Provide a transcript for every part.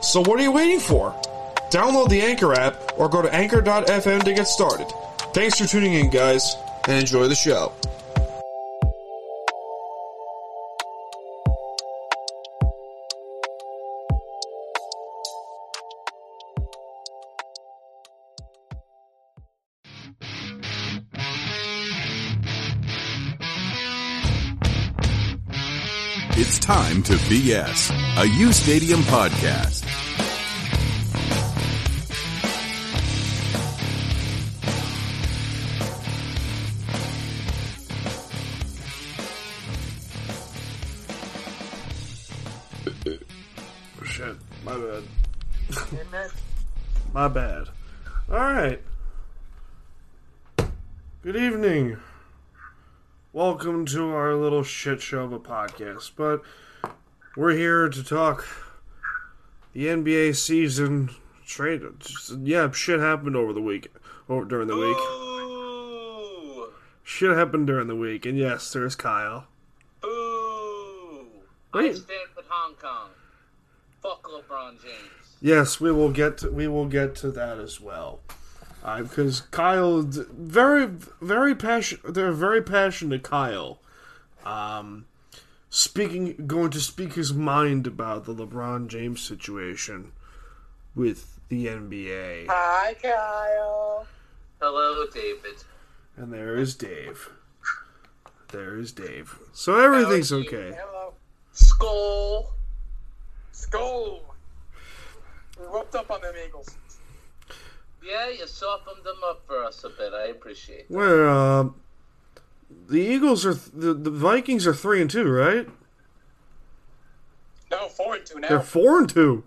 So what are you waiting for? Download the Anchor app or go to anchor.fm to get started. Thanks for tuning in, guys, and enjoy the show. It's time to BS, a U Stadium podcast. Shit, my bad. Isn't it? My bad. Alright. Good evening. Welcome to our little shit show of a podcast, but we're here to talk the NBA season trade. Yeah, shit happened over the week, or during the week. Boo! Shit happened during the week, and yes, there's Kyle. Boo! I Wait. stand with Hong Kong. Fuck LeBron James. Yes, we will get to, we will get to that as well, because Kyle d- very very passion they're very passionate Kyle, um, speaking going to speak his mind about the LeBron James situation with the NBA, Hi, Kyle. Hello, David. and there is Dave, there is Dave. So everything's okay. Hello. Skull. Skull. We whooped up on them Eagles. Yeah, you softened them up for us a bit. I appreciate. it. Where uh, the Eagles are th- the the Vikings are three and two, right? No, four and two now. They're four and two.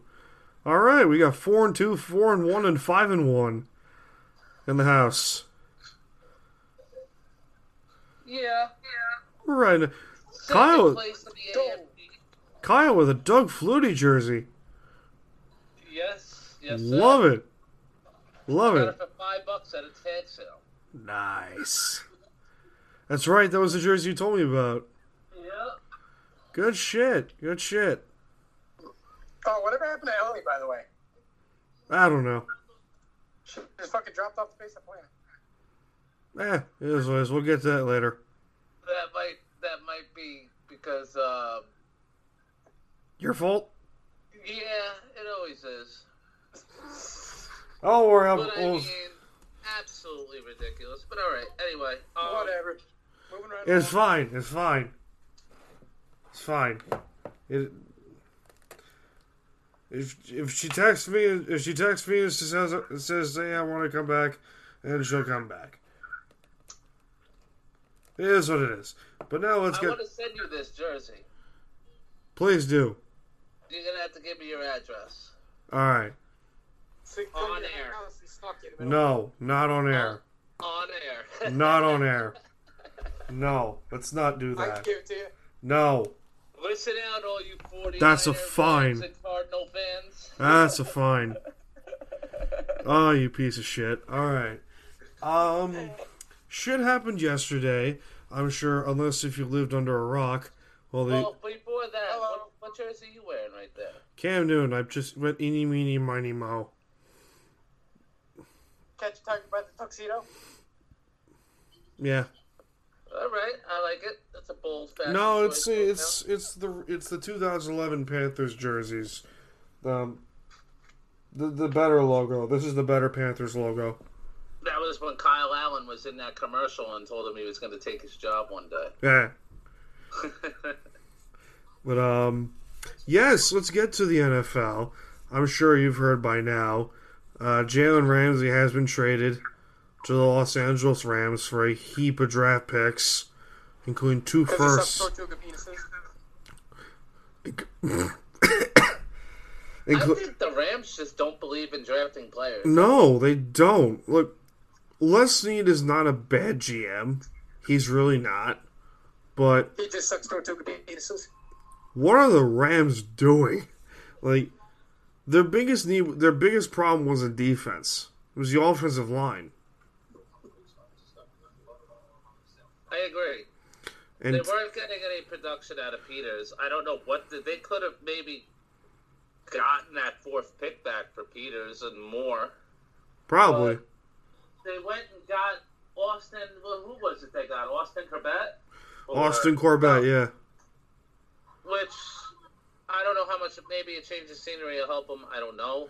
All right, we got four and two, four and one, and five and one in the house. Yeah. All right, Second Kyle, place in the AFC. Kyle with a Doug Flutie jersey. Yes. Yes. sir. Love it, love Got it it. for five bucks at a tag sale. Nice. That's right. That was the jersey you told me about. Yeah. Good shit. Good shit. Oh, whatever happened to Ellie, by the way? I don't know. She just fucking dropped off the face of the planet. Eh, it is what it is. We'll get to that later. That might that might be because um, Your fault. yeah, it always is. Oh, we're out. But I mean, absolutely ridiculous. But all right, anyway. Um, Whatever. Moving right It's along. fine. It's fine. It's fine. It. If if she texts me if she texts me and she says says hey I want to come back, then she'll come back. It is what it is. But now let's I get. want to send you this jersey. Please do. You're gonna have to give me your address. All right. See, clean On your air. house and stuck it in the No, middle. not on air. On air. Not on air. No, let's not do I can that. give it to you. No, Listen out, all you 40 That's a fine. And Cardinal fans. that's a fine. Oh, you piece of shit. All right. Um, shit happened yesterday. I'm sure, unless if you lived under a rock. Well, the Oh, before that, what, Hello. what jersey are you wearing right there? Cam Newton, I just went eeny, meeny, miny, mo. Catch you talking about the tuxedo. Yeah. All right, I like it. That's a bold fashion. No, choice it's right now. it's it's the it's the 2011 Panthers jerseys. Um, the the better logo. This is the better Panthers logo. That was when Kyle Allen was in that commercial and told him he was going to take his job one day. Yeah. but um, yes, let's get to the NFL. I'm sure you've heard by now. Uh, Jalen Ramsey has been traded to the Los Angeles Rams for a heap of draft picks, including two Because firsts. it's up penises. I inclu- think the Rams just don't believe in drafting players. No, they don't. Look, Les Snead is not a bad GM. He's really not. But He just sucks tortuga penises. what are the Rams doing? Like their biggest need, their biggest problem wasn't defense. It was the offensive line. I agree. And They weren't getting any production out of Peters. I don't know what the, they could have maybe gotten that fourth pick back for Peters and more. probably They went and got Austin. Well, who was it they got? Austin Corbett? Or- Austin Corbett, yeah. Which I don't know how much. Maybe a change of scenery will help him. I don't know.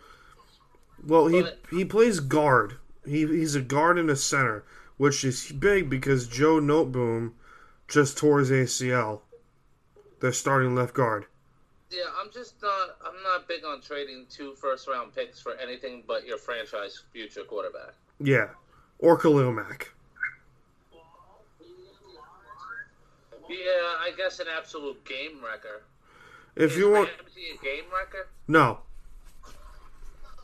Well, he but- he plays guard. He he's a guard and a center, which is big because Joe Noteboom just tore his ACL. Their starting left guard. Yeah, I'm just not. I'm not big on trading two first round picks for anything but your franchise future quarterback. Yeah, or Khalil Mack. Yeah, I guess an absolute game wrecker. If you want, Is Ramsey a game wrecker? no,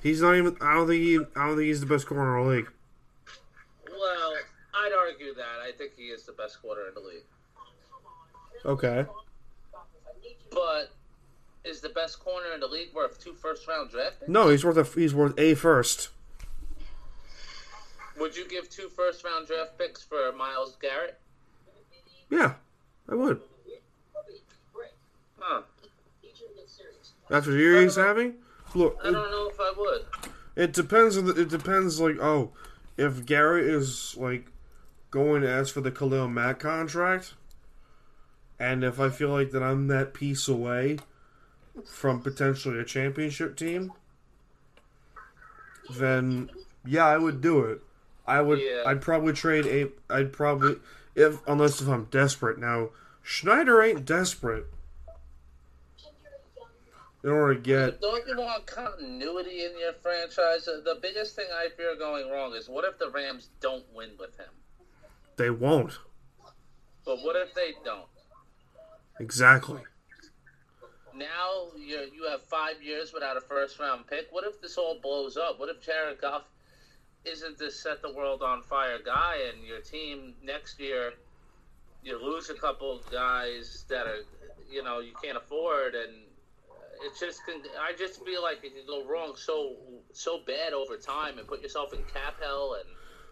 he's not even. I don't think he. I don't think he's the best corner in the league. Well, I'd argue that. I think he is the best quarter in the league. Okay. But is the best corner in the league worth two first round draft picks? No, he's worth a. He's worth a first. Would you give two first round draft picks for Miles Garrett? Yeah, I would. Huh. After the year he's having, look, I don't know if I would. It depends on the, it depends like oh, if Garrett is like going to ask for the Khalil Mack contract, and if I feel like that I'm that piece away from potentially a championship team, then yeah, I would do it. I would. Yeah. I'd probably trade a. I'd probably if unless if I'm desperate now. Schneider ain't desperate in order to get Don't you want continuity in your franchise? Uh, The biggest thing I fear going wrong is what if the Rams don't win with him? they won't But what if they don't? exactly. Now you you have five years without a first round pick. What if this all blows up? What if Jared Goff isn't this set the world on fire guy, and your team next year you lose a couple of guys that are you know you can't afford, and it just can. I just feel like it can go wrong so so bad over time, and put yourself in cap hell. And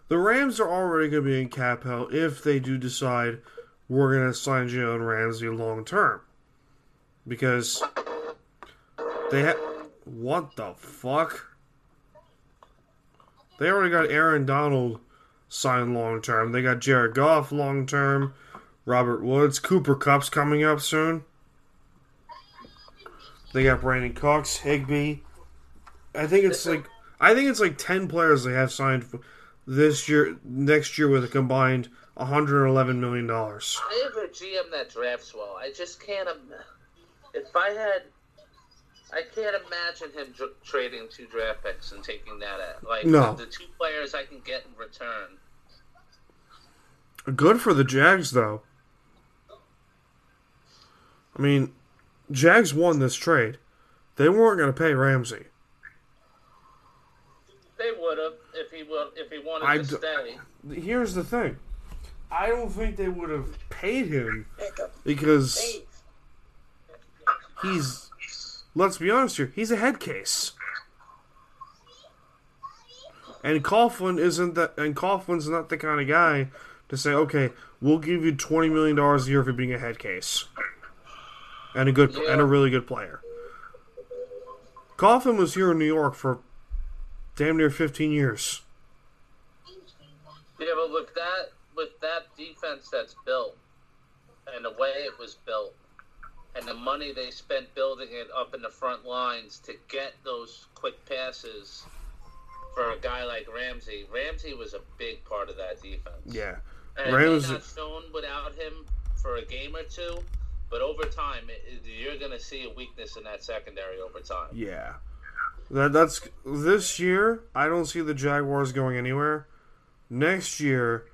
The Rams are already going to be in cap hell if they do decide we're going to sign Jalen Ramsey long term. Because they have. What the fuck? They already got Aaron Donald signed long term. They got Jared Goff long term. Robert Woods. Cooper Cup's coming up soon. They got Brandon Cox, Higby. I think it's like. I think it's like 10 players they have signed. For, this year, next year, with a combined 111 million dollars. I have a GM that drafts well. I just can't. Im- if I had, I can't imagine him dr- trading two draft picks and taking that at like No. the two players I can get in return. Good for the Jags, though. I mean, Jags won this trade. They weren't going to pay Ramsey. They would have if he would if he wanted I to d- stay. Here's the thing: I don't think they would have paid him Hiccup. because he's. Let's be honest here. He's a head case. And Coughlin isn't that. And Coughlin's not the kind of guy to say, "Okay, we'll give you twenty million dollars a year for being a head case and a good and a really good player." Coughlin was here in New York for damn near fifteen years. Yeah, but with that with that defense that's built and the way it was built and the money they spent building it up in the front lines to get those quick passes for a guy like Ramsey. Ramsey was a big part of that defense. Yeah. And Rams- Rams not shown without him for a game or two, but over time it, it- you're going to see a weakness in that secondary over time. Yeah. That that's this year. I don't see the Jaguars going anywhere. Next year,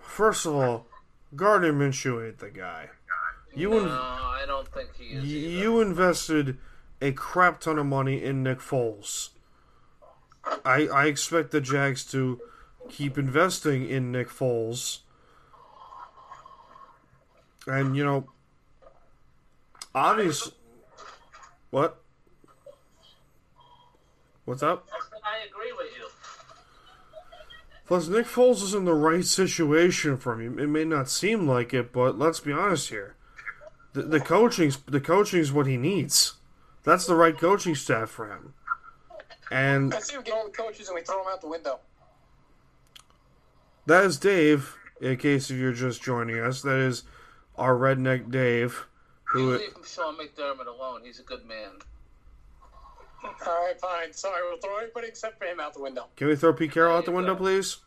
first of all, Gardner Minshew ain't the guy. You No, in, I don't think he is. either. you invested a crap ton of money in Nick Foles. I I expect the Jags to keep investing in Nick Foles. And you know, obviously, what? What's up? I agree with you. Plus, Nick Foles is in the right situation for him. It may not seem like it, but let's be honest here. The, the coaching's the coaching's what he needs. That's the right coaching staff for him. And I see we get all the coaches and we throw them out the window. that is Dave. In case if you're just joining us, that is our redneck Dave. You Who? leave him Sean McDermott alone. He's a good man. All right, fine. Sorry, we'll throw everybody except for him out the window. Can we throw Pete Carroll out the window, please?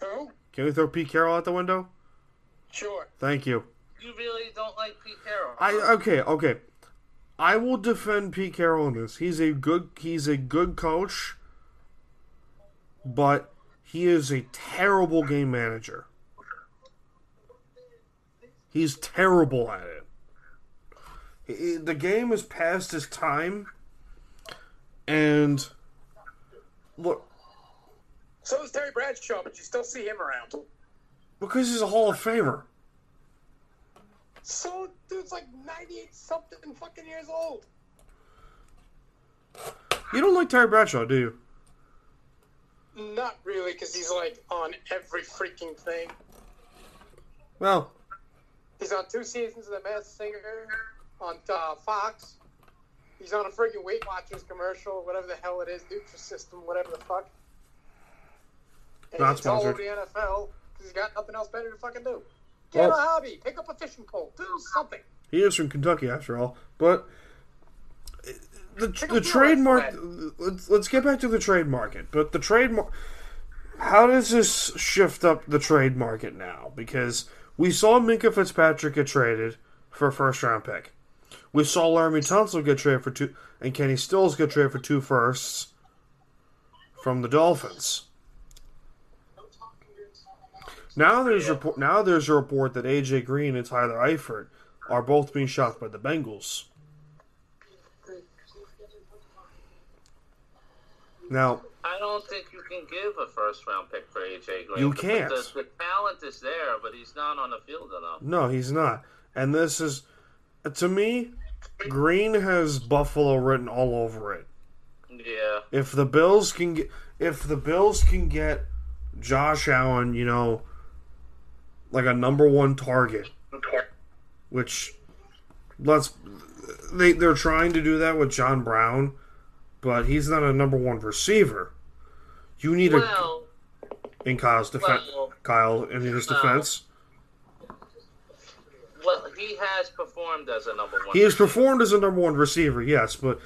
Who? Can we throw Pete Carroll out the window? Sure. Thank you. You really don't like Pete Carroll. I okay, okay. I will defend Pete Carroll in this. He's a good he's a good coach, but he is a terrible game manager. He's terrible at it. I- I- The game is past its time, and look So is Terry Bradshaw, but you still see him around. because he's a Hall of Famer. So dude's like ninety-eight something fucking years old. You don't like Terry Bradshaw, do you? Not really, because he's like on every freaking thing. Well, He's on two seasons of The Masked Singer on uh, Fox. He's on a freaking Weight Watchers commercial, whatever the hell it is, Nutrisystem, whatever the fuck. And Not he's all over sponsored. the NFL because he's got nothing else better to fucking do. Get Well- a hobby. Pick up a fishing pole. Do something. He is from Kentucky, after all. But the the up trademark. your Let's let's get back to the trade market. But the trademark. How does this shift up the trade market now? Because we saw Minka Fitzpatrick get traded for a first round pick. We saw Laramie Tunsil get traded for two, and Kenny Stills get traded for two firsts from the Dolphins. Now there's report. Now there's a report that AJ Green and Tyler Eifert are both being shot by the Bengals. Now, I don't think you can give a first round pick for AJ Green. You The- can't. The, the talent is there, but he's not on the field enough. no, he's not. And this is, to me, Green has Buffalo written all over it. Yeah. If the Bills can get, if the Bills can get Josh Allen, you know, like a number one target, which let's they they're trying to do that with John Brown, but he's not a number one receiver. You need Well, a in Kyle's defense. well, Kyle in his well. defense, well, he has performed as a number one. he has performed as a number one receiver, yes, but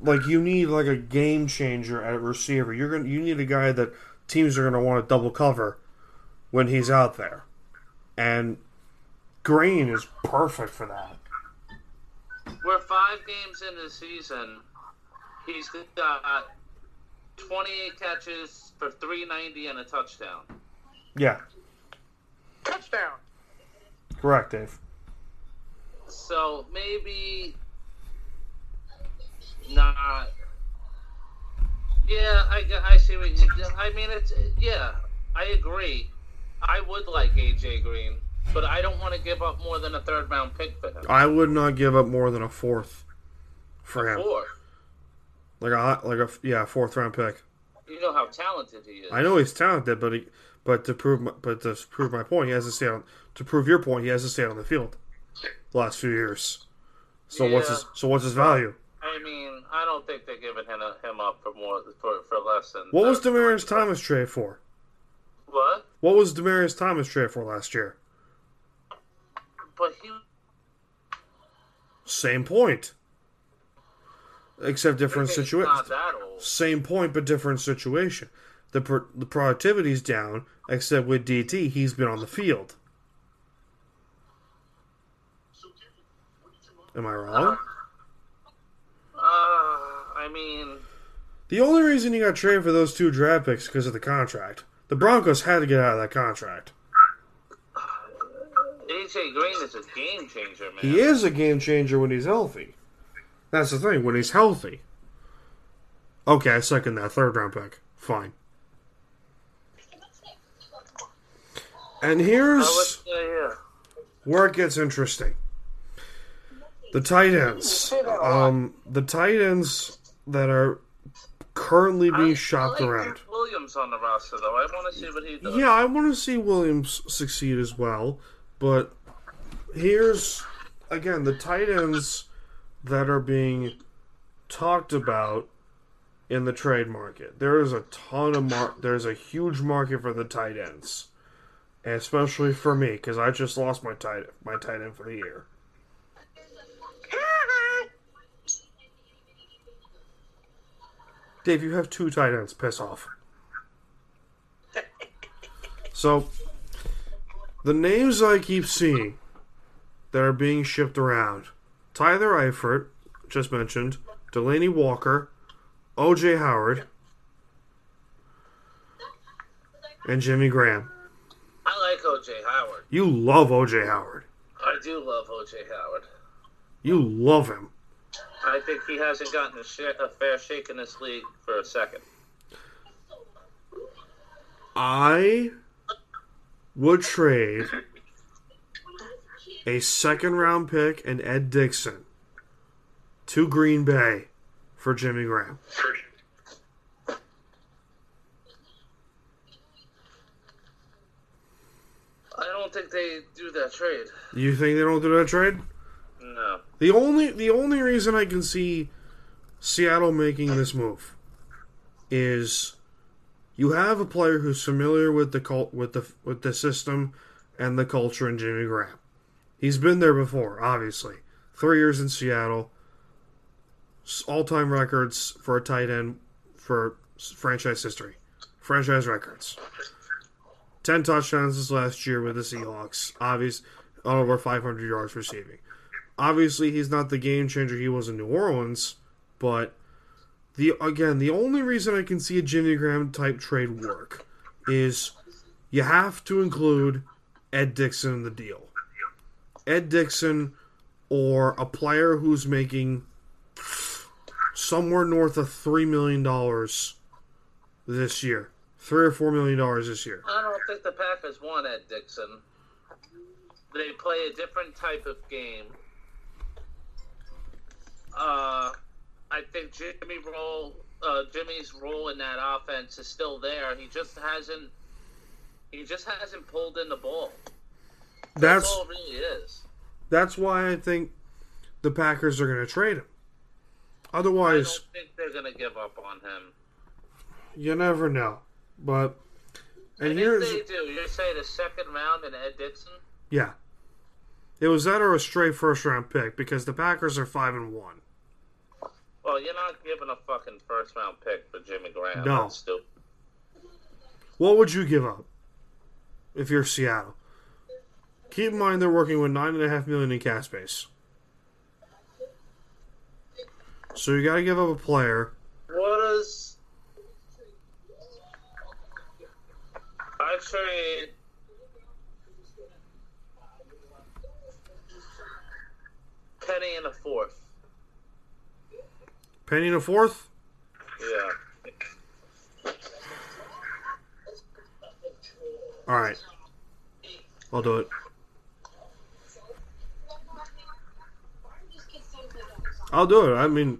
like you need like a game changer at receiver. You're gonna you need a guy that teams are gonna want to double cover when he's out there, and Green is perfect for that. We're five games into the season. He's got 28 catches for 390 and a touchdown. Yeah, Touchdown. correct, Dave. So maybe not. Yeah, I, gu- I see what you. I mean, it's yeah, I agree. I would like AJ Green, but I don't want to give up more than a third round pick for him. I would not give up more than a fourth for him. Four. Like a like a yeah fourth round pick. You know how talented he is. I know he's talented, but he, but to prove my, but to prove my point, he has to stay on. To prove your point, he has to stay on the field. The last few years. So what's Yeah. his so what's his value? I mean, I don't think they're giving him, him up for more for, for less than. What was Demarius Thomas trade for? What? What was Demarius Thomas trade for last year? But he Same point. except different It's situation. Not that old. Same point, but different situation. The pro- the productivity's down, except with DT, he's been on the field. Am I wrong? Uh, I mean, The only reason he got traded for those two draft picks because of the contract. The Broncos had to get out of that contract. AJ Green is a game changer, man. He is a game changer when he's healthy. That's the thing, when he's healthy. Okay, I second that. Third round pick. Fine. And I would here's say, yeah. where it gets interesting. The tight ends. Um, the tight ends that are currently being shopped I like around. Williams on the roster, though. I want to see what he does. Yeah, I want to see Williams succeed as well, but here's again the tight ends that are being talked about in the trade market. There is a ton of mar- there's a huge market for the tight ends, and especially for me because I just lost my tight my tight end for the year. Dave, you have two tight ends. Piss off. So, the names I keep seeing that are being shipped around Tyler Eifert, just mentioned, Delaney Walker, OJ Howard, and Jimmy Graham. I like OJ Howard. You love OJ Howard. I do love OJ Howard. You love him. I think he hasn't gotten a, sh- a fair shake in this league for a second. I would trade a second round pick and Ed Dixon to Green Bay for Jimmy Graham. I don't think they do that trade. You think they don't do that trade? No. The only the only reason I can see Seattle making this move is you have a player who's familiar with the cult with the with the system and the culture in Jimmy Graham. He's been there before, obviously. Three years in Seattle, all time records for a tight end for s- franchise history, franchise records. Ten touchdowns this last year with the Seahawks. Obvious, on over 500 yards receiving obviously he's not the game changer he was in New Orleans, but the again the only reason I can see a Jimmy Graham type trade work is you have to include Ed Dixon in the deal. Ed Dixon or a player who's making somewhere north of three million dollars this year. Three or four million dollars this year. I don't think the Packers want Ed Dixon. They play a different type of game. Uh, I think Jimmy role, uh, Jimmy's role in that offense is still there. He just hasn't. He just hasn't pulled in the ball. That's, That's all it really is. that's why I think the Packers are gonna trade him. I Otherwise, don't think they're gonna give up on him. You never know. But and And here's if they do, you're saying a second round and Ed Dixon? yeah. It was that or a straight first round pick because the Packers are five and one. Well, you're not giving a fucking first round pick for Jimmy Graham. No. That's stupid. What would you give up if you're Seattle? Keep in mind they're working with nine and a half million in cap space. So you gotta give up a player. What is? I trade. Penny and a fourth. Penny and a fourth? Yeah. Alright. I'll do it. I'll do it. I mean,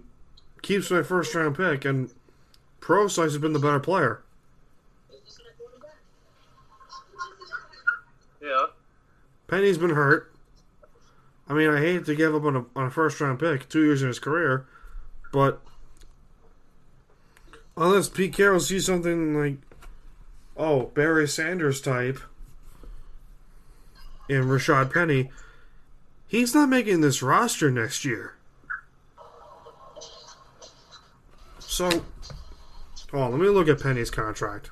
keeps my first round pick, and Procyse has been the better player. Yeah. Penny's been hurt. I mean, I hate to give up on a, on a first round pick two years in his career, but unless Pete Carroll sees something like, oh, Barry Sanders type in Rashad Penny, he's not making this roster next year. So, oh, let me look at Penny's contract.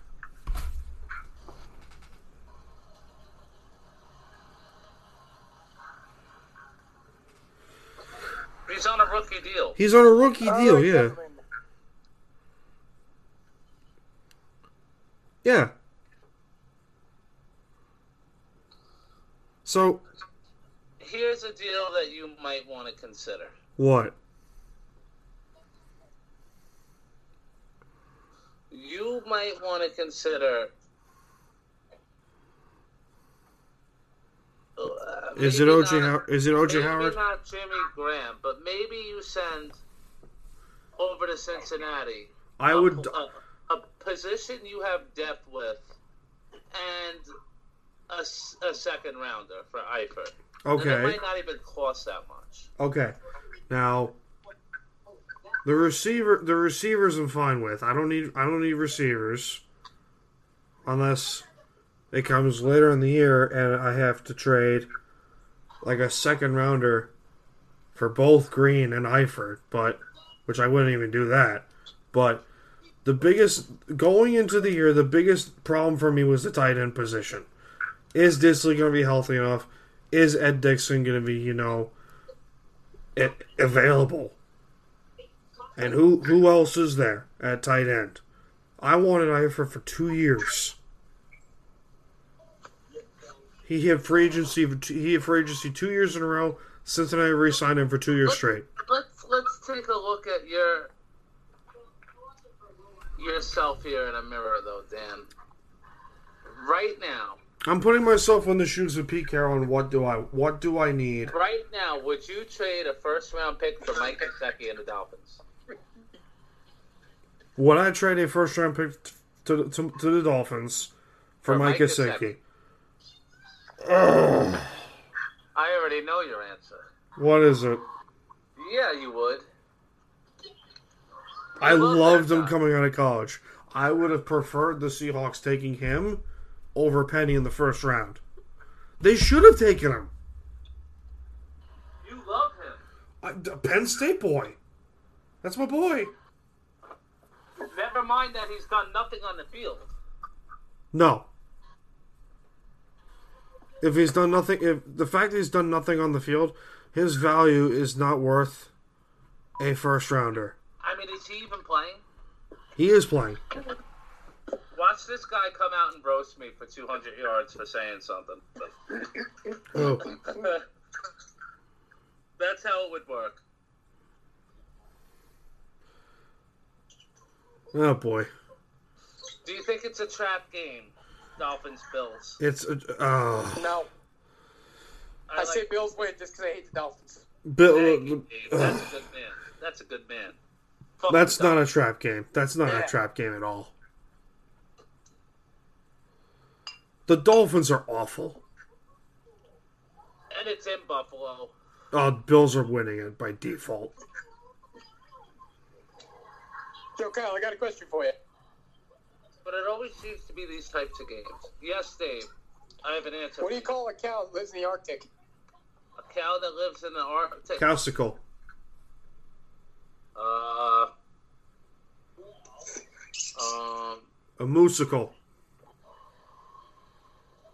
He's on a rookie deal. He's on a rookie deal, Alright, yeah, gentlemen. yeah. So Here's a deal that you might want to consider. what? You might want to consider. Uh, Is maybe it OJ? not- How- is it OJ Maybe Howard? not Jimmy Graham, but maybe you send over to Cincinnati. I a- would. a, a position you have depth with, and a, s- a second rounder for Eifert. and it Okay, might not even cost that much. okay. Now, the receiver, the receivers, I'm fine with. I don't need. I don't need receivers, unless it comes later in the year and I have to trade like a second rounder for both Green and Eifert, but which I wouldn't even do that. But the biggest going into the year, the biggest problem for me was the tight end position. Is Disley going to be healthy enough? Is Ed Dixon going to be, you know, a- available? And who who else is there at tight end? I wanted Eifert for two years. He had free agency. for two- He had free agency two years in a row. Cincinnati re-signed him for two years straight. Let's let's take a look at your yourself here in a mirror, though, Dan. Right now, I'm putting myself in the shoes of Pete Carroll. And what do I? What do I need? right now, would you trade a first round pick for Mike Gesicki and the Dolphins? Would I trade a first round pick t- to, to, to the Dolphins for, For Mike Mike Gesicki. Gesicki? I already know your answer. What is it? Yeah, you would. I love loved that him guy. coming out of college. I would have preferred the Seahawks taking him over Penny in the first round. They should have taken him. You love him. I, the Penn State boy. That's my boy. Never mind that he's done nothing on the field. No. If he's done nothing, if the fact that he's done nothing on the field, his value is not worth a first rounder. I mean, is he even playing? He is playing. Watch this guy come out and roast me for 200 yards for saying something. Oh, That's how it would work. oh boy. Do you think it's a trap game? Dolphins Bills. It's uh, oh, No, I I like say Bills win just because I hate the Dolphins. Bill. uh, Dang, Dave, That's a good man. That's a good man. Fuck That's the not a Dolphins. trap game. That's not Yeah. a trap game at all. The Dolphins are awful. And it's in Buffalo. Oh, Bills are winning it by default. Joe Kyle, I got a question for you. But it always seems to be these types of games. Yes, Dave. I have an answer. What do you call a cow that lives in the Arctic? A cow that lives in the Arctic. Cowsicle. Uh, um, A moosicle.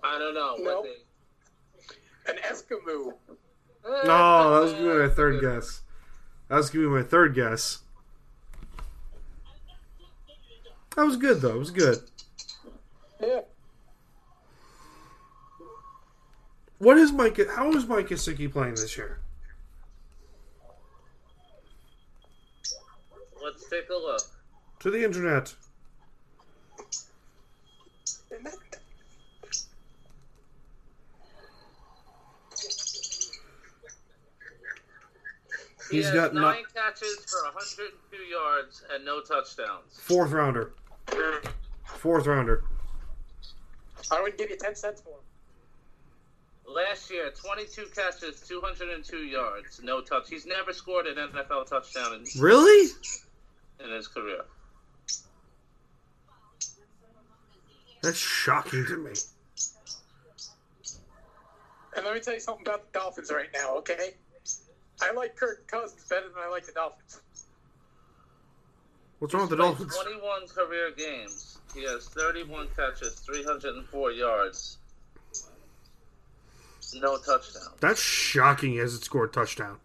I don't know. No. What they, An Eskimo. No, that was gonna be my third guess. That was gonna be my third guess. That was good though. It was good. Yeah. What is Mike? How is Mike Gesicki playing this year? Let's take a look. To the internet. He He's has got nine nine. catches for 102 yards and no touchdowns. Fourth rounder. Fourth rounder. I would give you 10 cents for him. Last year, 22 catches, 202 yards, no touch. He's never scored an NFL touchdown in, Really? in his career. That's shocking to me. And let me tell you something about the Dolphins right now, okay? I like Kirk Cousins better than I like the Dolphins. What's wrong with the Played Dolphins? 21 career games. He has 31 catches, 304 yards, no touchdown. That's shocking. He hasn't scored a touchdown.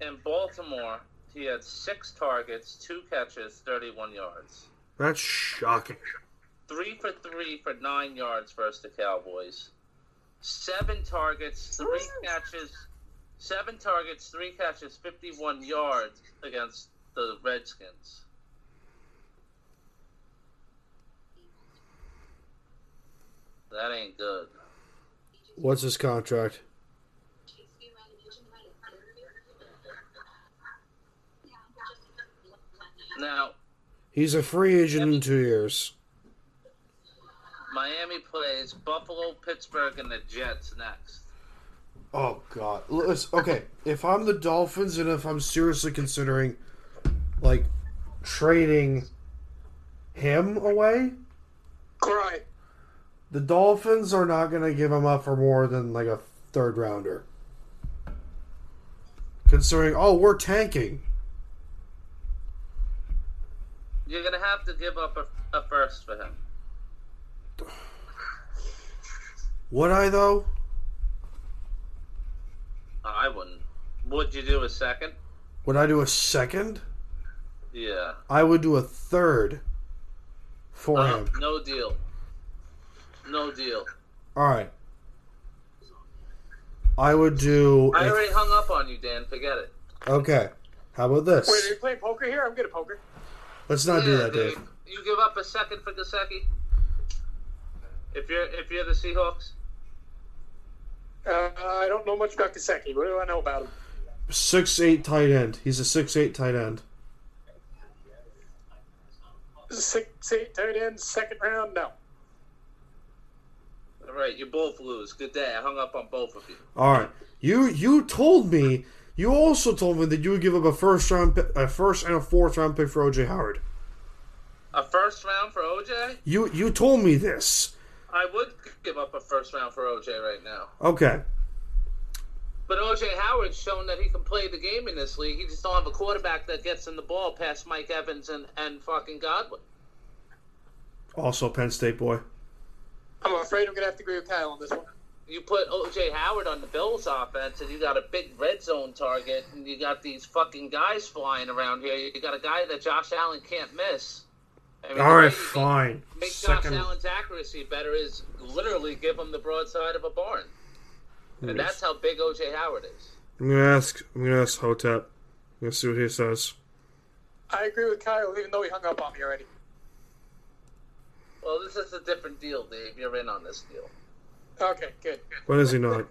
In Baltimore, he had six targets, two catches, 31 yards. That's shocking. Three for three for nine yards versus the Cowboys. Seven targets, three catches, seven targets, three catches, 51 yards against the Redskins. That ain't good. What's his contract? Now, He's a free agent in two years. Miami plays Buffalo, Pittsburgh, and the Jets next. Oh God! Listen, okay, if I'm the Dolphins and if I'm seriously considering, like, trading him away, Right. the Dolphins are not going to give him up for more than like a third rounder. Considering, oh, we're tanking. You're gonna have to give up a, a first for him. Would I though? I wouldn't. Would you do a second? Would I do a second? Yeah. I would do a third for Uh, him. no deal. No deal. All right. I would do. I a- already hung up on you, Dan. Forget it. okay. How about this? Wait, are you playing poker here? I'm good at poker. Let's not do Yeah, that, Dave. dude. You give up a second for Gasecki? If you're if you're the Seahawks, Uh, I don't know much about Kaseki. What do I know about him? Six eight tight end. He's a six eight tight end. Six, eight, tight end, second round? No. all right, you both lose. Good day. I hung up on both of you. All right. You you told me. You also told me that you would give up a first round, pi- a first and a fourth round pick for OJ Howard. A first round for OJ? You you told me this. I would give up a first round for OJ right now. Okay. But OJ Howard's shown that he can play the game in this league. He just don't have a quarterback that gets in the ball past Mike Evans and, and fucking Godwin. Also, Penn State boy. I'm afraid I'm going to have to agree with Kyle on this one. You put OJ Howard on the Bills offense and you got a big red zone target and you got these fucking guys flying around here. You got a guy that Josh Allen can't miss. I mean, All right, the way you fine. can Make Second. Josh Allen's accuracy better is literally give him the broadside of a barn. And that's how big OJ Howard is. I'm gonna ask. I'm gonna ask Hotep. I'm gonna see what he says. I agree with Kyle, even though he hung up on me already. Well, this is a different deal, Dave. You're in on this deal. Okay, good. good. When is he not?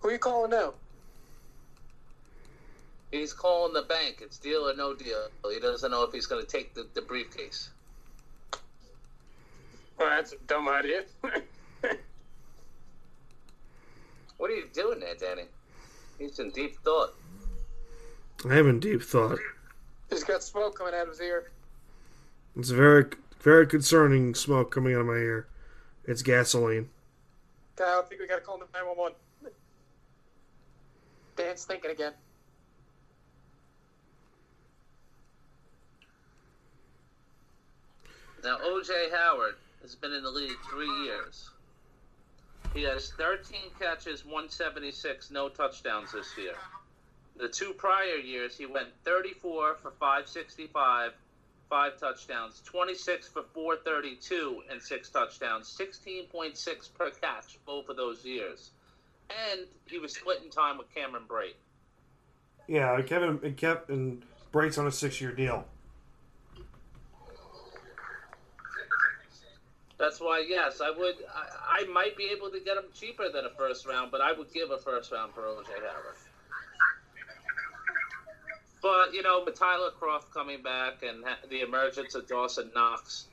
Who you calling now? He's calling the bank. It's deal or no deal. He doesn't know if he's going to take the, the briefcase. Well, that's a dumb idea. What are you doing there, Danny? He's in deep thought. I am in deep thought. He's got smoke coming out of his ear. It's very, very concerning smoke coming out of my ear. It's gasoline. Kyle, I think we got to call 911. Dan's thinking again. Now, O.J. Howard has been in the league three years. He has 13 catches, 176, no touchdowns this year. The two prior years, he went 34 for 565, five touchdowns, 26 for 432, and six touchdowns, 16.6 per catch both of those years. And he was splitting time with Cameron Brate. Yeah, it kept him. It kept and breaks on a six-year deal. That's why, yes, I would. I, I might be able to get him cheaper than a first round, but I would give a first round for OJ Howard. But you know, with Tyler Croft coming back and ha- the emergence of Dawson Knox,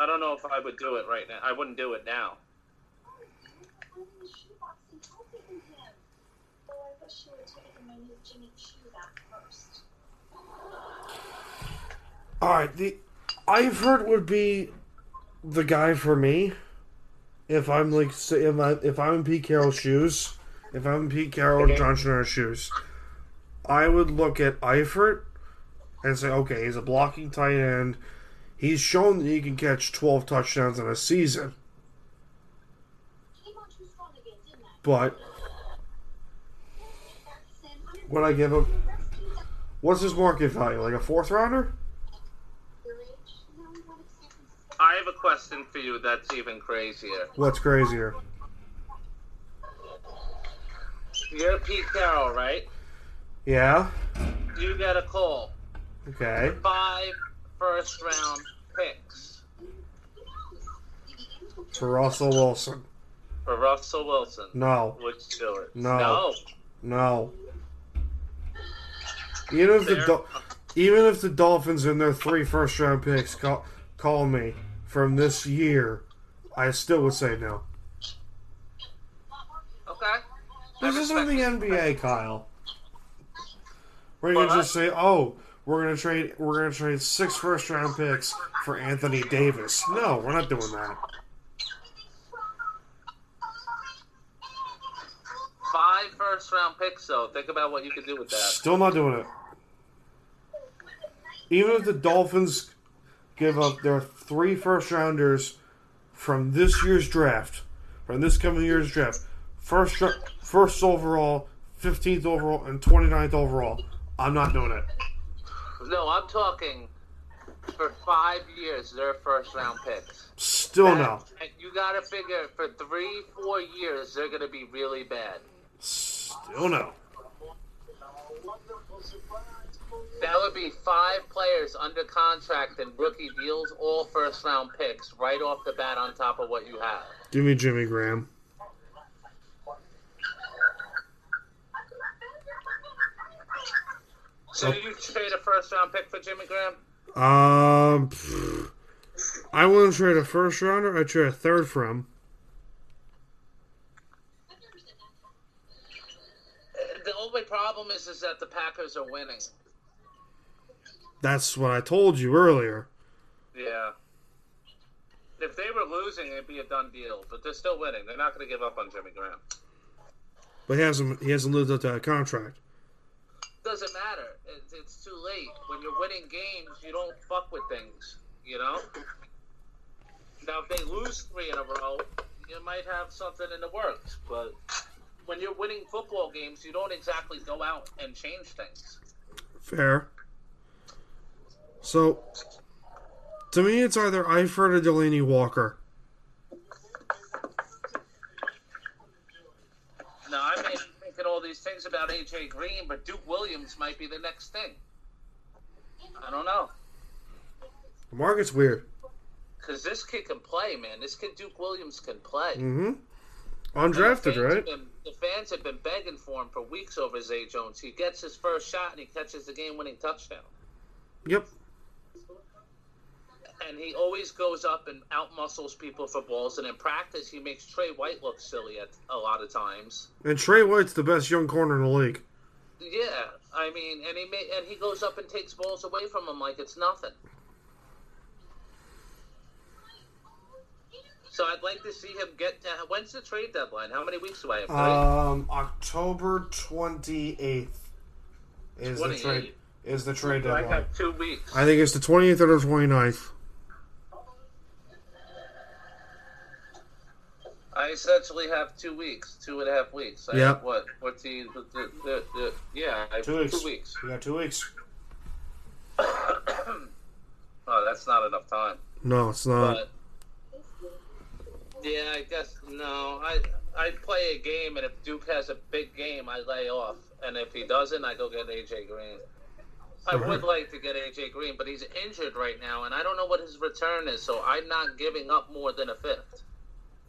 I don't know if I would do it right now. I wouldn't do it now. All right, the Eifert would be the guy for me. If I'm like, say, if, I, if I'm in Pete Carroll's shoes, if I'm in Pete Carroll and John Schneider's shoes, I would look at Eifert and say, okay, he's a blocking tight end. He's shown that he can catch 12 touchdowns in a season. But would I give him what's his market value? Like a fourth rounder? I have a question for you that's even crazier. What's crazier? You're Pete Carroll, right? Yeah. You get a call. Okay. Five first round picks For Russell Wilson. for Russell Wilson. No. Would you do it? No. No. Even if the Fair. Dol- even if the Dolphins in their three first round picks call, call me from this year, I still would say no. Okay. This I isn't the respect NBA, Kyle. We're Well, gonna just say, oh, we're gonna trade we're gonna trade six first round picks for Anthony Davis. No, we're not doing that. Five first round picks, though. Think about what you could do with that. Still not doing it. Even if the Dolphins give up their three first rounders from this year's draft, from this coming year's draft, first dra- first overall, 15th overall, and 29th overall, I'm not doing it. No, I'm talking for five years, their first round picks. Still no. And you got to figure for three, four years, they're going to be really bad. Still no. That would be five players under contract and rookie deals, all first round picks, right off the bat on top of what you have. Give me Jimmy Graham. So you trade a first round pick for Jimmy Graham? Um, pfft. I wouldn't trade a first rounder. I trade a third from. Uh, The only problem is, is that the Packers are winning. That's what I told you earlier. Yeah. If they were losing, it'd be a done deal. But they're still winning. They're not going to give up on Jimmy Graham. But he hasn't he hasn't lived up to that contract. Doesn't matter. It's, it's too late. When you're winning games, you don't fuck with things. You know. Now, if they lose three in a row, you might have something in the works. But when you're winning football games, you don't exactly go out and change things. Fair. So, to me, it's either Eifert or Delaney Walker. Now, I may be thinking all these things about AJ Green, but Duke Williams might be the next thing. I don't know. The market's weird. Because this kid can play, man. This kid, Duke Williams, can play. Mm-hmm. the Undrafted, fans right? have Been, the fans have been begging for him for weeks over Zay Jones. He gets his first shot and he catches the game winning touchdown. Yep. And he always goes up and out muscles people for balls. And in practice, he makes Trey White look silly at, a lot of times. And Trey White's the best young corner in the league. Yeah, I mean, and he may, and he goes up and takes balls away from him like it's nothing. So I'd like to see him get. To, when's the trade deadline? How many weeks do I have? Three? Um, October twenty eighth is the 28th. trade is the trade I deadline. got two weeks. I think it's the twenty eighth or the 29th. I essentially have two weeks, two and a half weeks. I Yeah. have what? 14, th- th- th- th- yeah, I have two weeks. We got two weeks. Oh, that's not enough time. No, it's not. But yeah, I guess no. I I play a game, and if Duke has a big game, I lay off, and if he doesn't, I go get AJ Green. I would like to get AJ Green, but he's injured right now, and I don't know what his return is, so I'm not giving up more than a fifth.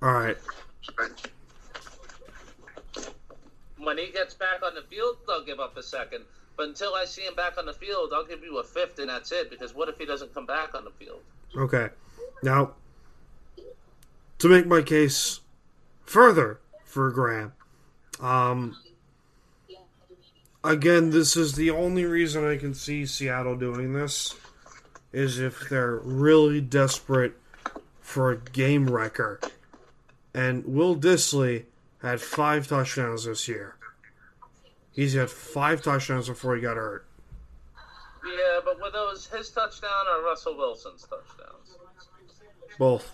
All right. When he gets back on the field, they'll give up a second. But until I see him back on the field, I'll give you a fifth, and that's it. Because what if he doesn't come back on the field? Okay. Now, to make my case further for Graham, um, again, this is the only reason I can see Seattle doing this is if they're really desperate for a game wrecker. And Will Disley had five touchdowns this year. He's had five touchdowns before he got hurt. Yeah, but were those his touchdown or Russell Wilson's touchdowns? Both.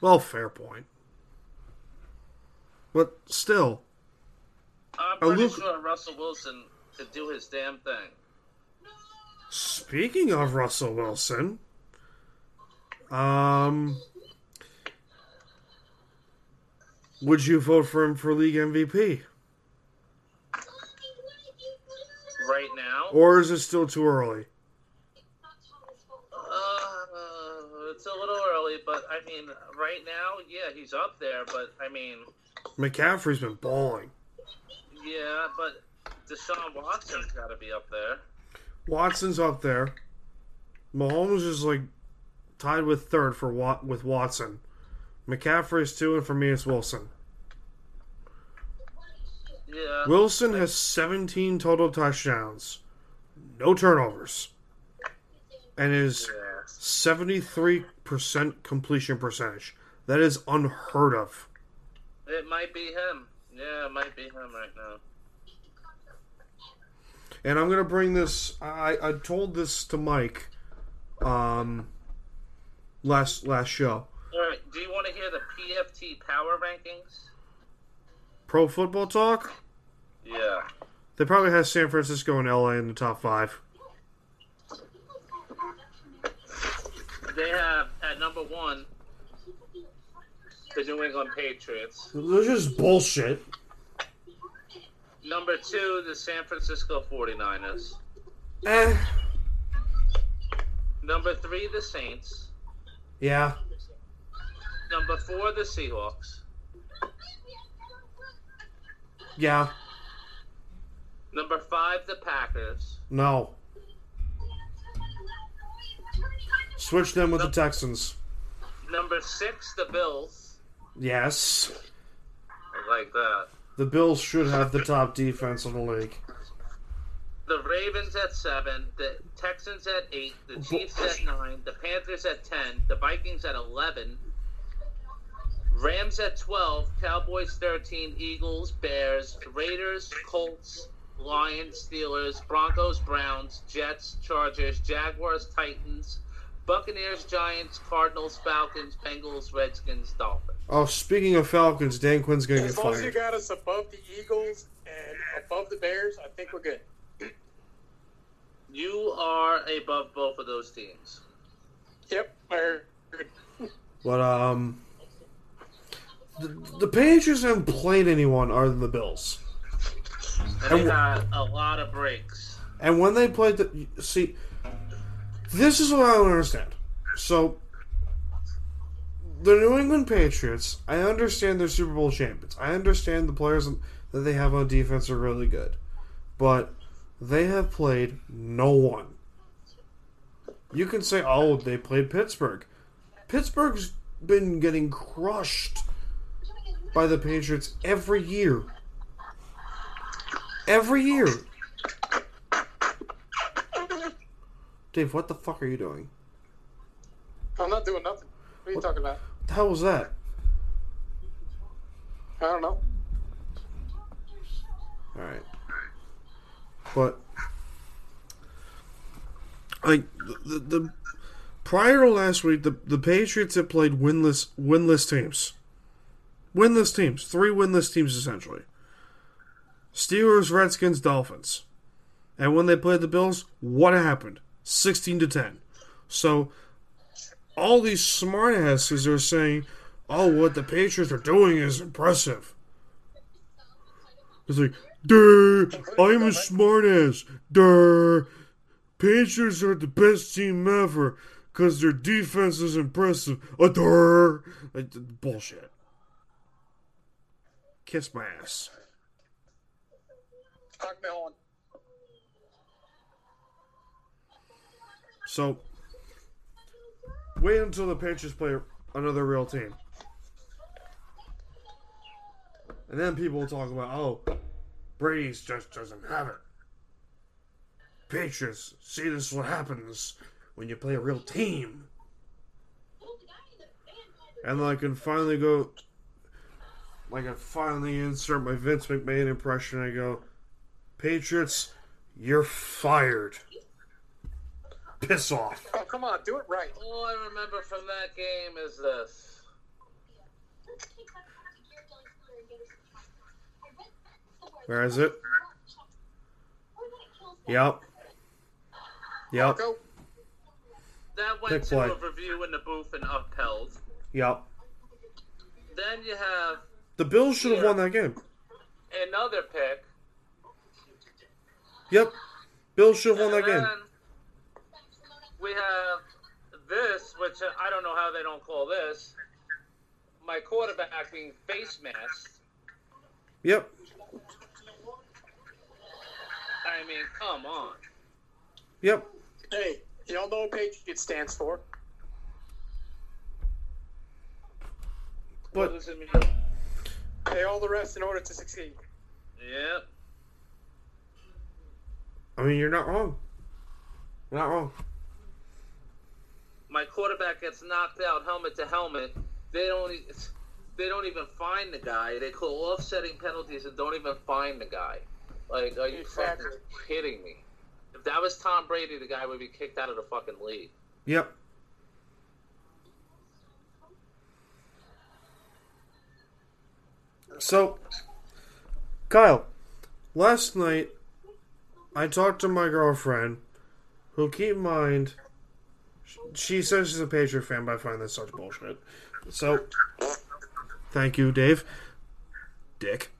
Well, fair point. But still, I'm pretty look- sure Russell Wilson could do his damn thing. speaking of Russell Wilson, um, would you vote for him for league MVP, Right now, or is it still too early? uh, it's a little early, but I mean, right now, yeah, he's up there, but I mean, McCaffrey's been balling. yeah, but Deshaun Watson's got to be up there. Watson's up there. Mahomes is like tied with third for Wat- with Watson. McCaffrey's two, and for me, it's Wilson. Yeah, Wilson has 17 total touchdowns, no turnovers, and is yeah. 73% completion percentage. That is unheard of. it might be him. Yeah, it might be him right now. And I'm gonna bring this. I I told this to Mike, um, last last show. All right, do you want to hear the PFT power rankings? Pro Football Talk. Yeah. They probably have San Francisco and LA in the top five. They have at number one the New England Patriots. They're just bullshit. Number two, the San Francisco 49ers. Eh, Number three, the Saints. yeah. Number four, the Seahawks. Yeah. Number five, the Packers. No. Switch them with the Texans. Number six, the Bills. Yes. I like that. The Bills should have the top defense in the league. The Ravens at seven, the Texans at eight, the Chiefs at nine, the Panthers at ten, the Vikings at eleven, Rams at twelve, Cowboys thirteen, Eagles, Bears, Raiders, Colts, Lions, Steelers, Broncos, Browns, Jets, Chargers, Jaguars, Titans, Buccaneers, Giants, Cardinals, Falcons, Bengals, Redskins, Dolphins. Oh, speaking of Falcons, Dan Quinn's gonna get As long as you fired. got us above the Eagles and above the Bears, I think we're good. You are above both of those teams. Yep, we're good. But um, the, the Patriots haven't played anyone other than the Bills. And they got a lot of breaks. And when they played the see, this is what I don't understand. So the New England Patriots, I understand they're Super Bowl champions. I understand the players that they have on defense are really good, but they have played no one. You can say, "Oh, they played Pittsburgh." Pittsburgh's been getting crushed by the Patriots every year. Every year. Dave, what the fuck are you doing? I'm not doing nothing. What are you talking about? What the hell was that? I don't know. All right. But like the, the, the prior to last week, the the Patriots had played winless winless teams, winless teams, three winless teams essentially. Steelers, Redskins, Dolphins, and when they played the Bills, what happened? Sixteen to ten. So all these smart asses are saying, "Oh, what the Patriots are doing is impressive." It's like, "Duh, I'm a smartass. Duh, Patriots are the best team ever because their defense is impressive. Uh, duh, like, th- bullshit. Kiss my ass. Talk me on. So, wait until the Patriots play another real team. And then people will talk about, oh, Brady's just doesn't have it. Patriots, see this is what happens when you play a real team. And I can finally go, like I finally insert my Vince McMahon impression. I go, Patriots, you're fired. Piss off. Oh, come on, do it right. All I remember from that game is this. Where is it? Yep. Yep. Go. That went Pick to play. a review in the booth and upheld. Yep. Then you have The Bills should have won that game. another pick. Yep. Bills should have won that and game. then we have this, which I don't know how they don't call this. My quarterback being face masked. Yep. I mean, come on. Yep. Hey, y'all know what Patriot stands for. But What does it mean? Pay all the rest in order to succeed. Yep. I mean, you're not wrong. You're not wrong. my quarterback gets knocked out helmet to helmet. They don't e- they don't even find the guy. They call offsetting penalties and don't even find the guy. Like, are you Exactly. fucking kidding me? If that was Tom Brady, the guy would be kicked out of the fucking league. Yep. So, Kyle, last night I talked to my girlfriend, who, keep in mind, sh- she says she's a Patriot fan, but I find that such bullshit. So, thank you, Dave. Dick.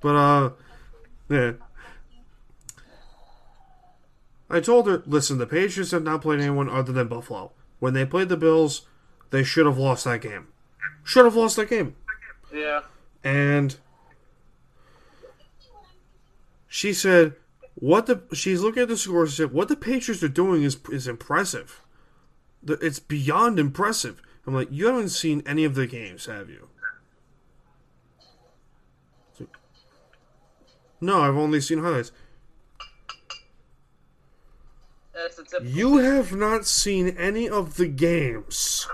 But, uh, yeah. I told her, listen, the Patriots have not played anyone other than Buffalo. When they played the Bills, they should have lost that game. Should have lost that game. Yeah. And she said, "What the?" She's looking at the scores. She said, "What the Patriots are doing is is impressive. The- It's beyond impressive." I'm like, "You haven't seen any of the games, have you?" So- No, I've only seen highlights. That's the typical. You have not seen any of the games.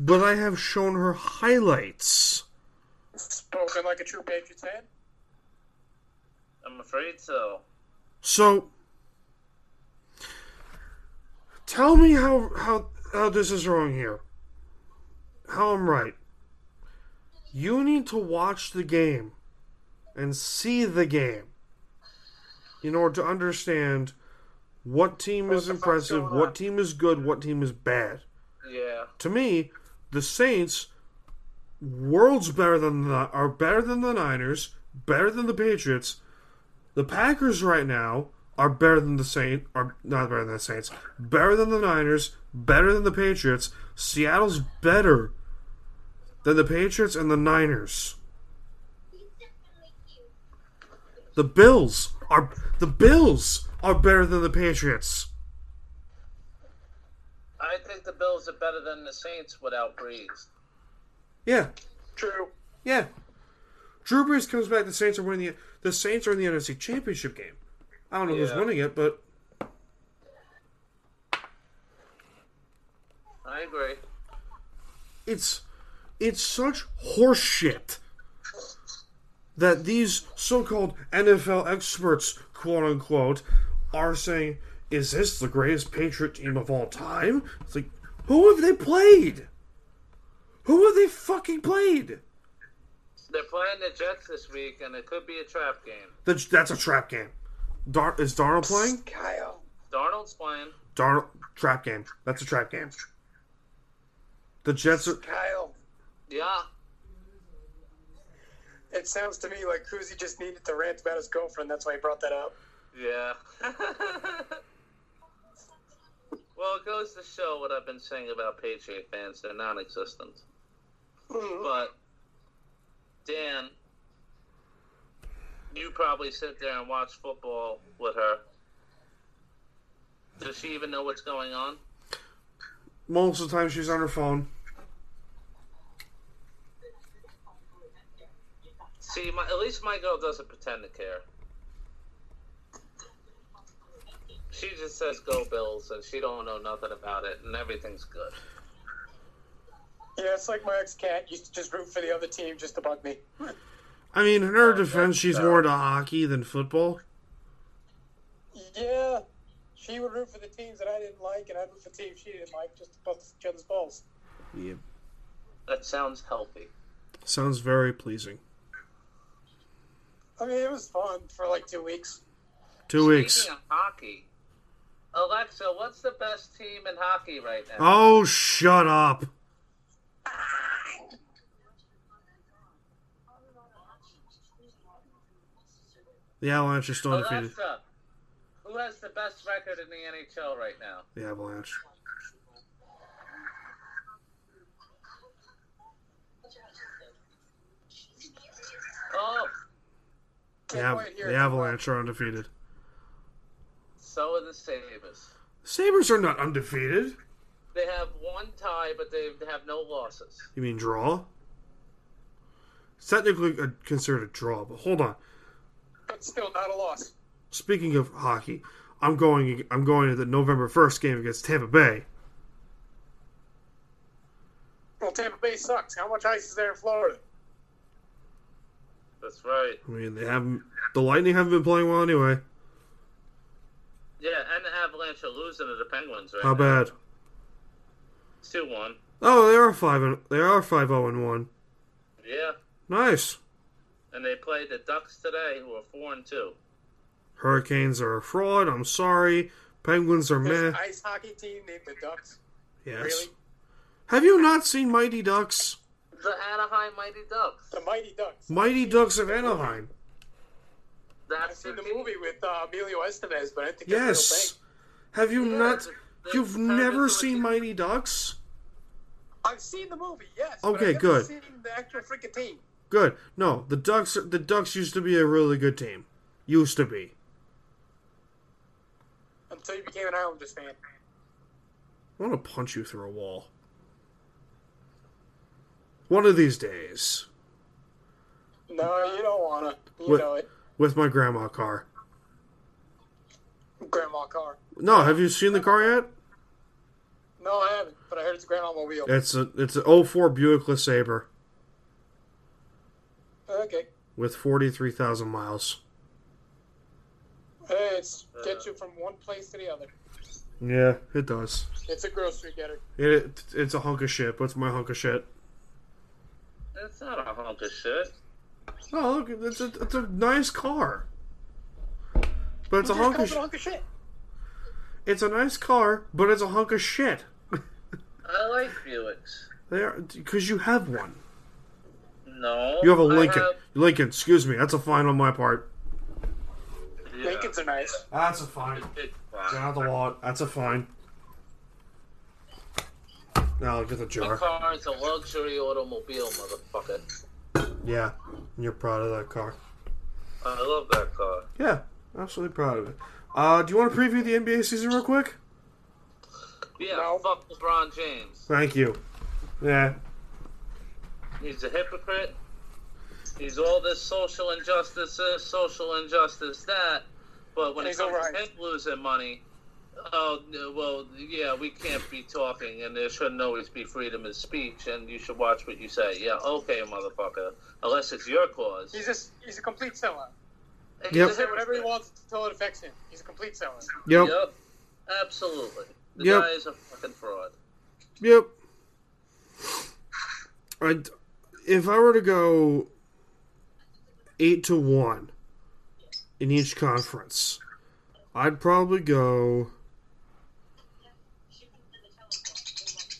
But I have shown her highlights. Spoken like a true Patriot fan. I'm afraid so. So tell me how how how this is wrong here. How I'm right. You need to watch the game and see the game in order to understand what team is the fuck's impressive, going on? what team is good, what team is bad. Yeah. to me, the Saints, worlds better than the are better than the Niners, better than the Patriots. The Packers right now are better than the Saints, are not better than the Saints, better than the Niners, better than the Patriots. Seattle's better than the Patriots and the Niners. The Bills are the Bills are better than the Patriots. I think the Bills are better than the Saints without Breeze. Yeah, True. Yeah. Drew Brees comes back. The Saints are winning the. The Saints are in the NFC Championship game. I don't know who's Yeah. winning it, but I agree. it's it's such horseshit that these so-called NFL experts, quote unquote, are saying, "Is this the greatest Patriot team of all time?" It's like, who have they played? Who have they fucking played? They're playing the Jets this week, and it could be a trap game. That's that's a trap game. Dar- is Darnold playing? Kyle. Darnold's playing. Darnold trap game. That's a trap game. The Jets are Kyle. Yeah. It sounds to me like Kuzi just needed to rant about his girlfriend. That's why he brought that up. Yeah. well, it goes to show what I've been saying about Patriot fans. They're non existent. But, Dan, you probably sit there and watch football with her. Does she even know what's going on? most of the time she's on her phone. See, my, at least my girl doesn't pretend to care. She just says "Go Bills" and she don't know nothing about it, and everything's good. Yeah, it's like my ex cat used to just root for the other team just to bug me. I mean, in her defense, she's more into hockey than football. Yeah, she would root for the teams that I didn't like, and I'd root for the teams she didn't like just to bust each other's balls. Yep. That sounds healthy. Sounds very pleasing. I mean, it was fun for like two weeks. Two weeks. Speaking of hockey, Alexa, what's the best team in hockey right now? Oh, shut up. The Avalanche are Oh, still undefeated. Alexa, who has the best record in the NHL right now? The Avalanche. Oh, The, Av- Right here. the Avalanche are undefeated. so are the Sabres. Sabres are not undefeated. They have one tie, but they have no losses. You mean draw? It's technically a, considered a draw, but hold on. But still, not a loss. Speaking of hockey, I'm going. I'm going to the November first game against Tampa Bay. Well, Tampa Bay sucks. How much ice is there in Florida? That's right. I mean, they haven't. The Lightning haven't been playing well anyway. Yeah, and the Avalanche are losing to the Penguins right How bad? Two one. Oh, they are five. And, they are five zero and one. Yeah, Nice. and they played the Ducks today, who are four and two. Hurricanes are a fraud. I'm sorry. Penguins are There's an meh. ice hockey team named the Ducks. Yes. Really? Have you not seen Mighty Ducks? The Anaheim Mighty Ducks. The Mighty Ducks. Mighty Ducks of Anaheim. I've That's seen the the team. movie with uh, Emilio Estevez, but I think that's Yes. Have you Yeah, not? they- they You've turned into never a seen team. Mighty Ducks? a real thing. I've seen the movie, yes. but Okay, I've never good. Seen the actual freaking team. Good. No, the Ducks. The Ducks used to be a really good team. Used to be. Until you became an Islanders fan. I want to punch you through a wall. One of these days, No, you don't wanna. You What- know it. with my grandma car. Grandma car. No, have you seen the car yet? No, I haven't, but I heard it's a grandma mobile. It's a it's an 04 Buick LeSabre Okay. with 43,000 miles. Hey, it's get you from one place to the other. Yeah, it does. It's a grocery getter. It it's a hunk of shit. What's my hunk of shit? That's not a hunk of shit. Oh, look, it's a, it's a nice car. But it's a hunk of It's a sh- hunk of shit. it's a nice car, but it's a hunk of shit. I like Buicks. There, because you have one. No. You have a I Lincoln. have- Lincoln, excuse me, that's a fine on my part. yeah. Lincolns are nice. That's a fine. It's Get fine. out of the wallet. That's a fine. Now look at the A jar. car is a luxury automobile, motherfucker. Yeah, you're proud of that car. I love that car. Yeah, absolutely proud of it. Uh, do you want to preview the NBA season real quick? Yeah, No. fuck LeBron James. Thank you. Yeah, He's a hypocrite. He's all this social injustice this, social injustice that. But when He's it comes alright. to him losing money, oh, no, well, yeah, we can't be talking, and there shouldn't always be freedom of speech, and you should watch what you say. Yeah, okay, motherfucker. Unless it's your cause. He's just he's a complete sellout. And Yep. he's a Say whatever he hypocrite. wants until it affects him. He's a complete sellout. Yep. Yep. Absolutely. The Yep. guy is a fucking fraud. Yep. I, if I were to go eight to one in each conference, I'd probably go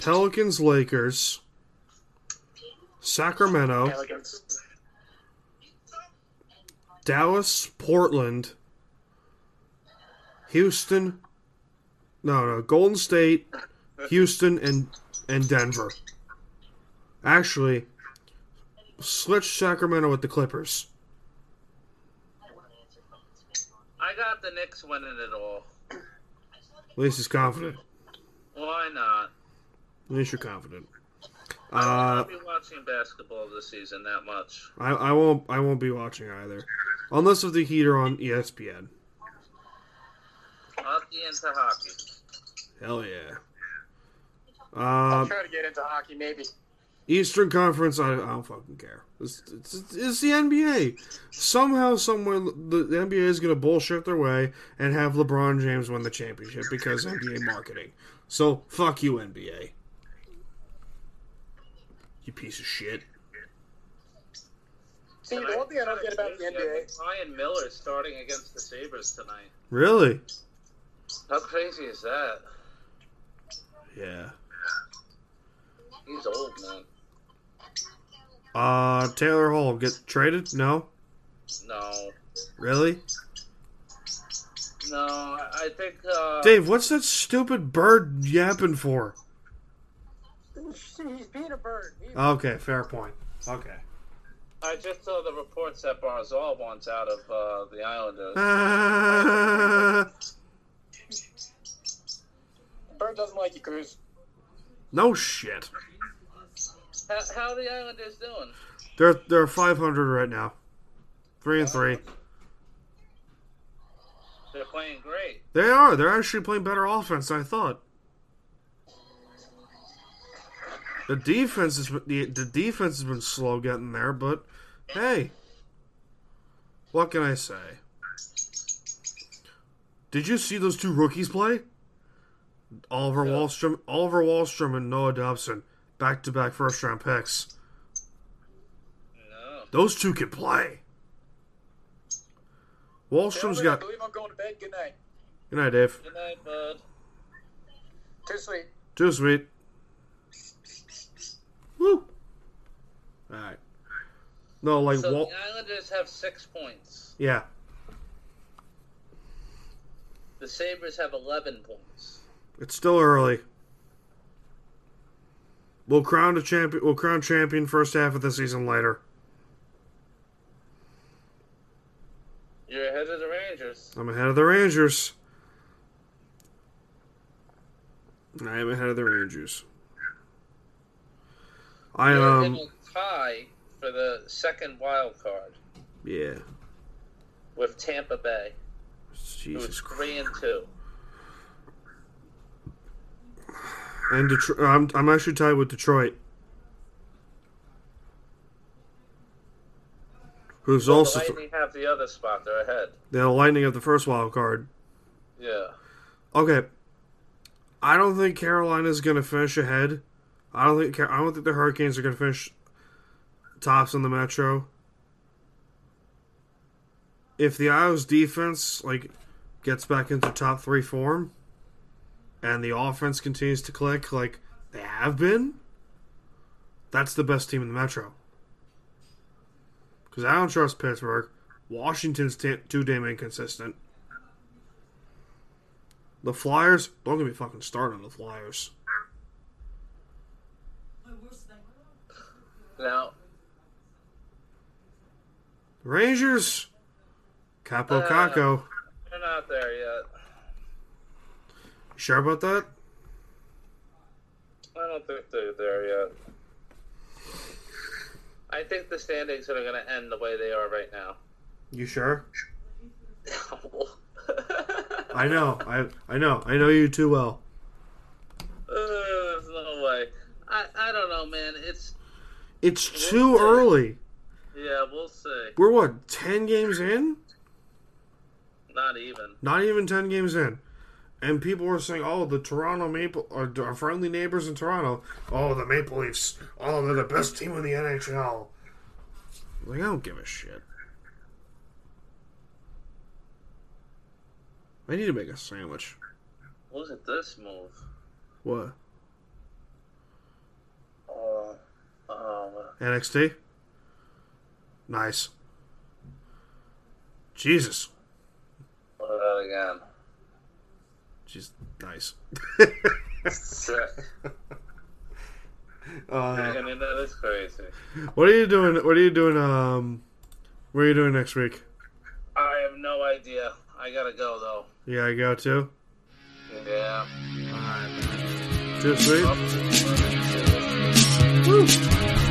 Pelicans, Lakers, Sacramento, Pelicans. Dallas, Portland, Houston. No, no, Golden State, Houston, and and Denver. Actually, switch Sacramento with the Clippers. I got the Knicks winning it all. At least he's confident. Why not? At least you're confident. I'll Uh, be watching basketball this season that much. I, I won't I won't be watching either, unless if the Heat are on E ESPN. I'll be into hockey. Hell yeah. Uh, Um, Try to get into hockey, maybe. Eastern Conference, I, I don't fucking care. It's, it's, it's the NBA. Somehow, somewhere, the, the NBA is going to bullshit their way and have LeBron James win the championship because NBA marketing. So, fuck you, NBA. You piece of shit. See, the one thing I don't get about the NBA, Ryan Miller starting against the Sabres tonight. Really? How crazy is that? Yeah. He's old, man. Uh, Taylor Hall get traded? No. No, Really? no. I I think uh, Dave, what's that stupid bird yapping for? he's being a bird. He, Okay, fair point. Okay. I just saw the reports that Barzal wants out of uh, the Islanders. Ah. bird doesn't like you, Cruz. no shit. How, how are the Islanders doing? They're they're 500 right now. 3 and 3. They're playing great. They are. They're actually playing better offense than I thought. The defense is the, the defense has been slow getting there, but hey. What can I say? Did you see those two rookies play? Oliver Wallstrom, Oliver Wallstrom and Noah Dobson, back-to-back first-round picks. No. Those two can play. Wallstrom's Gentlemen, I got. believe I'm going to bed. Good night. Good night, Dave. Good night, bud. Too sweet. Too sweet. Woo. All right. No, like So Wal- the Islanders have six points. yeah. The Sabres have 11 points. It's still early. We'll crown a champion. We'll crown champion first half of the season later. You're ahead of the Rangers. I'm ahead of the Rangers. I am ahead of the Rangers. I um You're in a tie for the second wild card yeah. with Tampa Bay, Jesus who's Christ. three and two. And Detroit. I'm I'm actually tied with Detroit. Who's The also th- Lightning have the other spot. They're ahead. the Lightning of the first wild card. Yeah. Okay, I don't think Carolina's going to finish ahead. I don't think Ca- I don't think the Hurricanes are going to finish tops in the Metro. If the Iowa's defense like gets back into top three form, and the offense continues to click like they have been, that's the best team in the Metro. Because I don't trust Pittsburgh. Washington's t- too damn inconsistent. The Flyers, don't get me fucking started on the Flyers. Now, Rangers, Capo Caco. they're not there yet. Sure about that? I don't think they're there yet. I think the standings are going to end the way they are right now. You sure? I know. I I know. I know you too well. Uh, There's no way. I, I don't know, man. It's It's too early. yeah, we'll see. We're what ten games in? Not even. Not even ten games in, and people were saying, "Oh, the Toronto Maple are our friendly neighbors in Toronto. Oh, the Maple Leafs. Oh, they're the best team in the NHL." Like I don't give a shit. I need to make a sandwich. Look at this move. What? Oh, oh, NXT. Nice. Jesus. look at that again. She's nice. Sick. I mean, that is crazy. Uh, what are you doing? What are you doing? Um, what are you doing next week? I have no idea. I gotta go though. Yeah, I go too. Yeah. Too sweet. Up to- Woo.